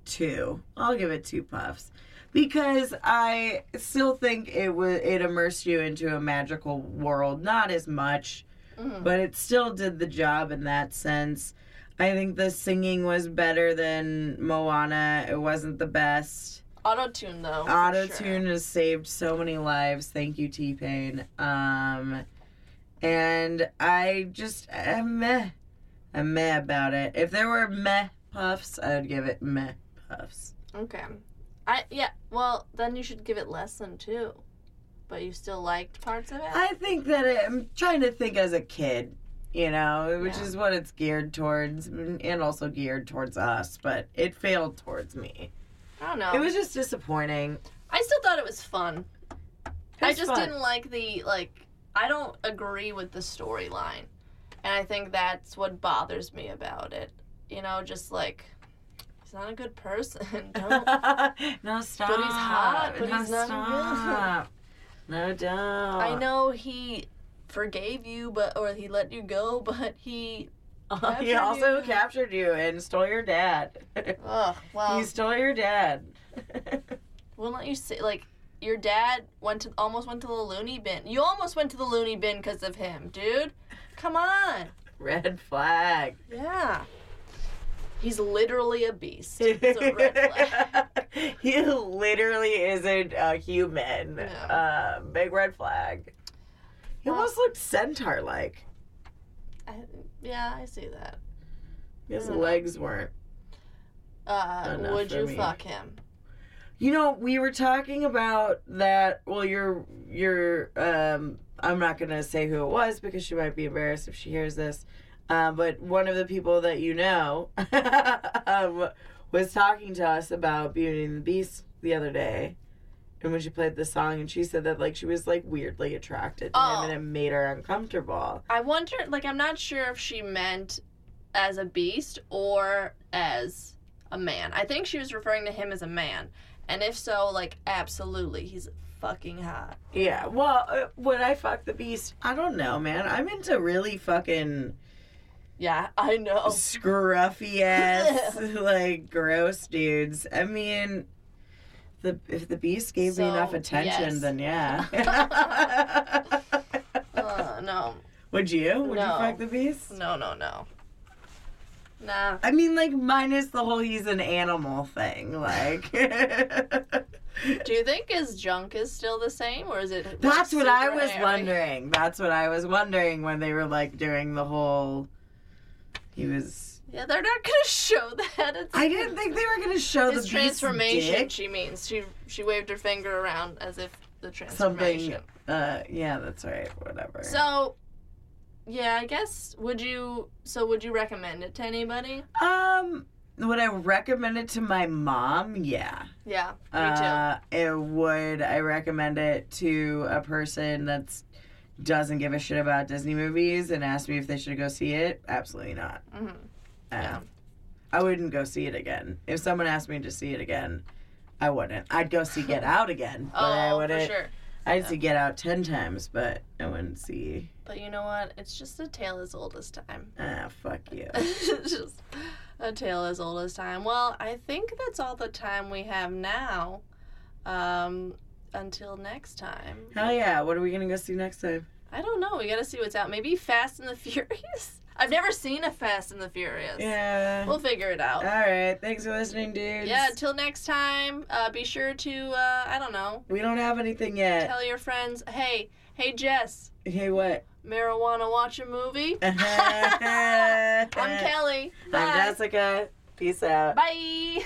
Speaker 2: two. I'll give it two puffs because I still think it was it immersed you into a magical world. Not as much,
Speaker 1: Mhm.
Speaker 2: but it still did the job in that sense. I think the singing was better than Moana. It wasn't the best.
Speaker 1: Auto tune though. Oh, for
Speaker 2: Auto
Speaker 1: sure.
Speaker 2: tune has saved so many lives. Thank you, T Pain. Um, and I just I'm meh, I'm meh about it. If there were meh puffs, I'd give it meh puffs.
Speaker 1: Okay. I yeah, well then you should give it less than two. But you still liked parts of it?
Speaker 2: I think that it, I'm trying to think as a kid, you know, which
Speaker 1: Yeah.
Speaker 2: is what it's geared towards, mm, and also geared towards us. But it failed towards me.
Speaker 1: I don't know.
Speaker 2: It was just disappointing.
Speaker 1: I still thought it was fun.
Speaker 2: It
Speaker 1: I
Speaker 2: was
Speaker 1: just
Speaker 2: fun.
Speaker 1: didn't like the like I don't agree with the storyline. And I think that's what bothers me about it. You know, just like he's not a good person. Don't
Speaker 2: no stop.
Speaker 1: hot, but
Speaker 2: no
Speaker 1: he's not real.
Speaker 2: stop. No don't.
Speaker 1: I know he forgave you but or he let you go, but he
Speaker 2: he
Speaker 1: Captured
Speaker 2: also
Speaker 1: you.
Speaker 2: captured you and stole your dad.
Speaker 1: ugh well
Speaker 2: he stole your dad.
Speaker 1: wouldn't let you say like your dad went to almost went to the loony bin. You almost went to the loony bin because of him, dude. Come on.
Speaker 2: red flag.
Speaker 1: Yeah. He's literally a beast. It's a red flag.
Speaker 2: he literally isn't a human.
Speaker 1: No.
Speaker 2: Uh, big red flag. He
Speaker 1: Well-
Speaker 2: almost looked centaur like.
Speaker 1: I- yeah, I see that.
Speaker 2: His
Speaker 1: don't know.
Speaker 2: legs weren't.
Speaker 1: Uh,
Speaker 2: Enough
Speaker 1: would
Speaker 2: for
Speaker 1: you
Speaker 2: me.
Speaker 1: fuck him?
Speaker 2: You know, we were talking about that. Well, your your um, I'm not gonna say who it was because she might be embarrassed if she hears this. Uh, but one of the people that you know um, was talking to us about Beauty and the Beast the other day, and when she played the song, and she said that like she was like weirdly attracted to
Speaker 1: Oh.
Speaker 2: him, and it made her uncomfortable.
Speaker 1: I wonder. Like, I'm not sure if she meant as a beast or as a man. I think she was referring to him as a man. And if so, like, absolutely, he's fucking hot.
Speaker 2: Yeah. Well, uh, would I fuck the beast? I don't know, man. I'm into really fucking
Speaker 1: Yeah, I know.
Speaker 2: scruffy ass, like gross dudes. I mean, the if the beast gave me
Speaker 1: So,
Speaker 2: enough attention,
Speaker 1: yes.
Speaker 2: then yeah.
Speaker 1: Uh, no,
Speaker 2: would you? Would
Speaker 1: No.
Speaker 2: you fuck the beast?
Speaker 1: no, no, no. Nah.
Speaker 2: I mean, like minus the whole he's an animal thing. Like
Speaker 1: Do you think his junk is still the same, or is it? like,
Speaker 2: that's what I
Speaker 1: super
Speaker 2: was
Speaker 1: hairy?
Speaker 2: wondering. That's what I was wondering when they were like doing the whole. He was.
Speaker 1: Yeah, they're not gonna show that. It's
Speaker 2: I didn't think they were gonna show
Speaker 1: his
Speaker 2: the beast's
Speaker 1: transformation.
Speaker 2: dick.
Speaker 1: She means she she waved her finger around as if the
Speaker 2: Something.
Speaker 1: transformation.
Speaker 2: Uh, yeah, that's right. Whatever.
Speaker 1: So, yeah, I guess would you? So would you recommend it to anybody?
Speaker 2: um, would I recommend it to my mom? Yeah.
Speaker 1: Yeah, me
Speaker 2: Uh, it would. I recommend it to a person that's doesn't give a shit about Disney movies and ask me if they should go see it. Absolutely not.
Speaker 1: too. hmm
Speaker 2: Uh,
Speaker 1: Yeah.
Speaker 2: I wouldn't go see it again. If someone asked me to see it again, I wouldn't. I'd go see Get Out again. But I
Speaker 1: Oh, for
Speaker 2: wouldn't.
Speaker 1: sure.
Speaker 2: I'd see Get Out ten times, but I wouldn't see.
Speaker 1: But you know what? It's just a tale as old as time.
Speaker 2: Ah, fuck you.
Speaker 1: just a tale as old as time. Well, I think that's all the time we have now. Um, until next time.
Speaker 2: Hell yeah. What are we going to go see next time?
Speaker 1: I don't know. We gotta see what's out. Maybe Fast and the Furious. I've never seen a Fast and the Furious.
Speaker 2: Yeah.
Speaker 1: We'll figure it
Speaker 2: All
Speaker 1: out.
Speaker 2: right. Thanks for listening, dudes.
Speaker 1: Yeah. Till next time. Uh, be sure to uh, I don't know.
Speaker 2: We don't have anything yet.
Speaker 1: Tell your friends. Hey, hey, Jess.
Speaker 2: Hey, what?
Speaker 1: Marijuana watch a movie.
Speaker 2: I'm
Speaker 1: I'm Kelly. Bye.
Speaker 2: Jessica. Peace out.
Speaker 1: Bye.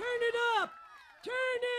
Speaker 3: Turn it up! Turn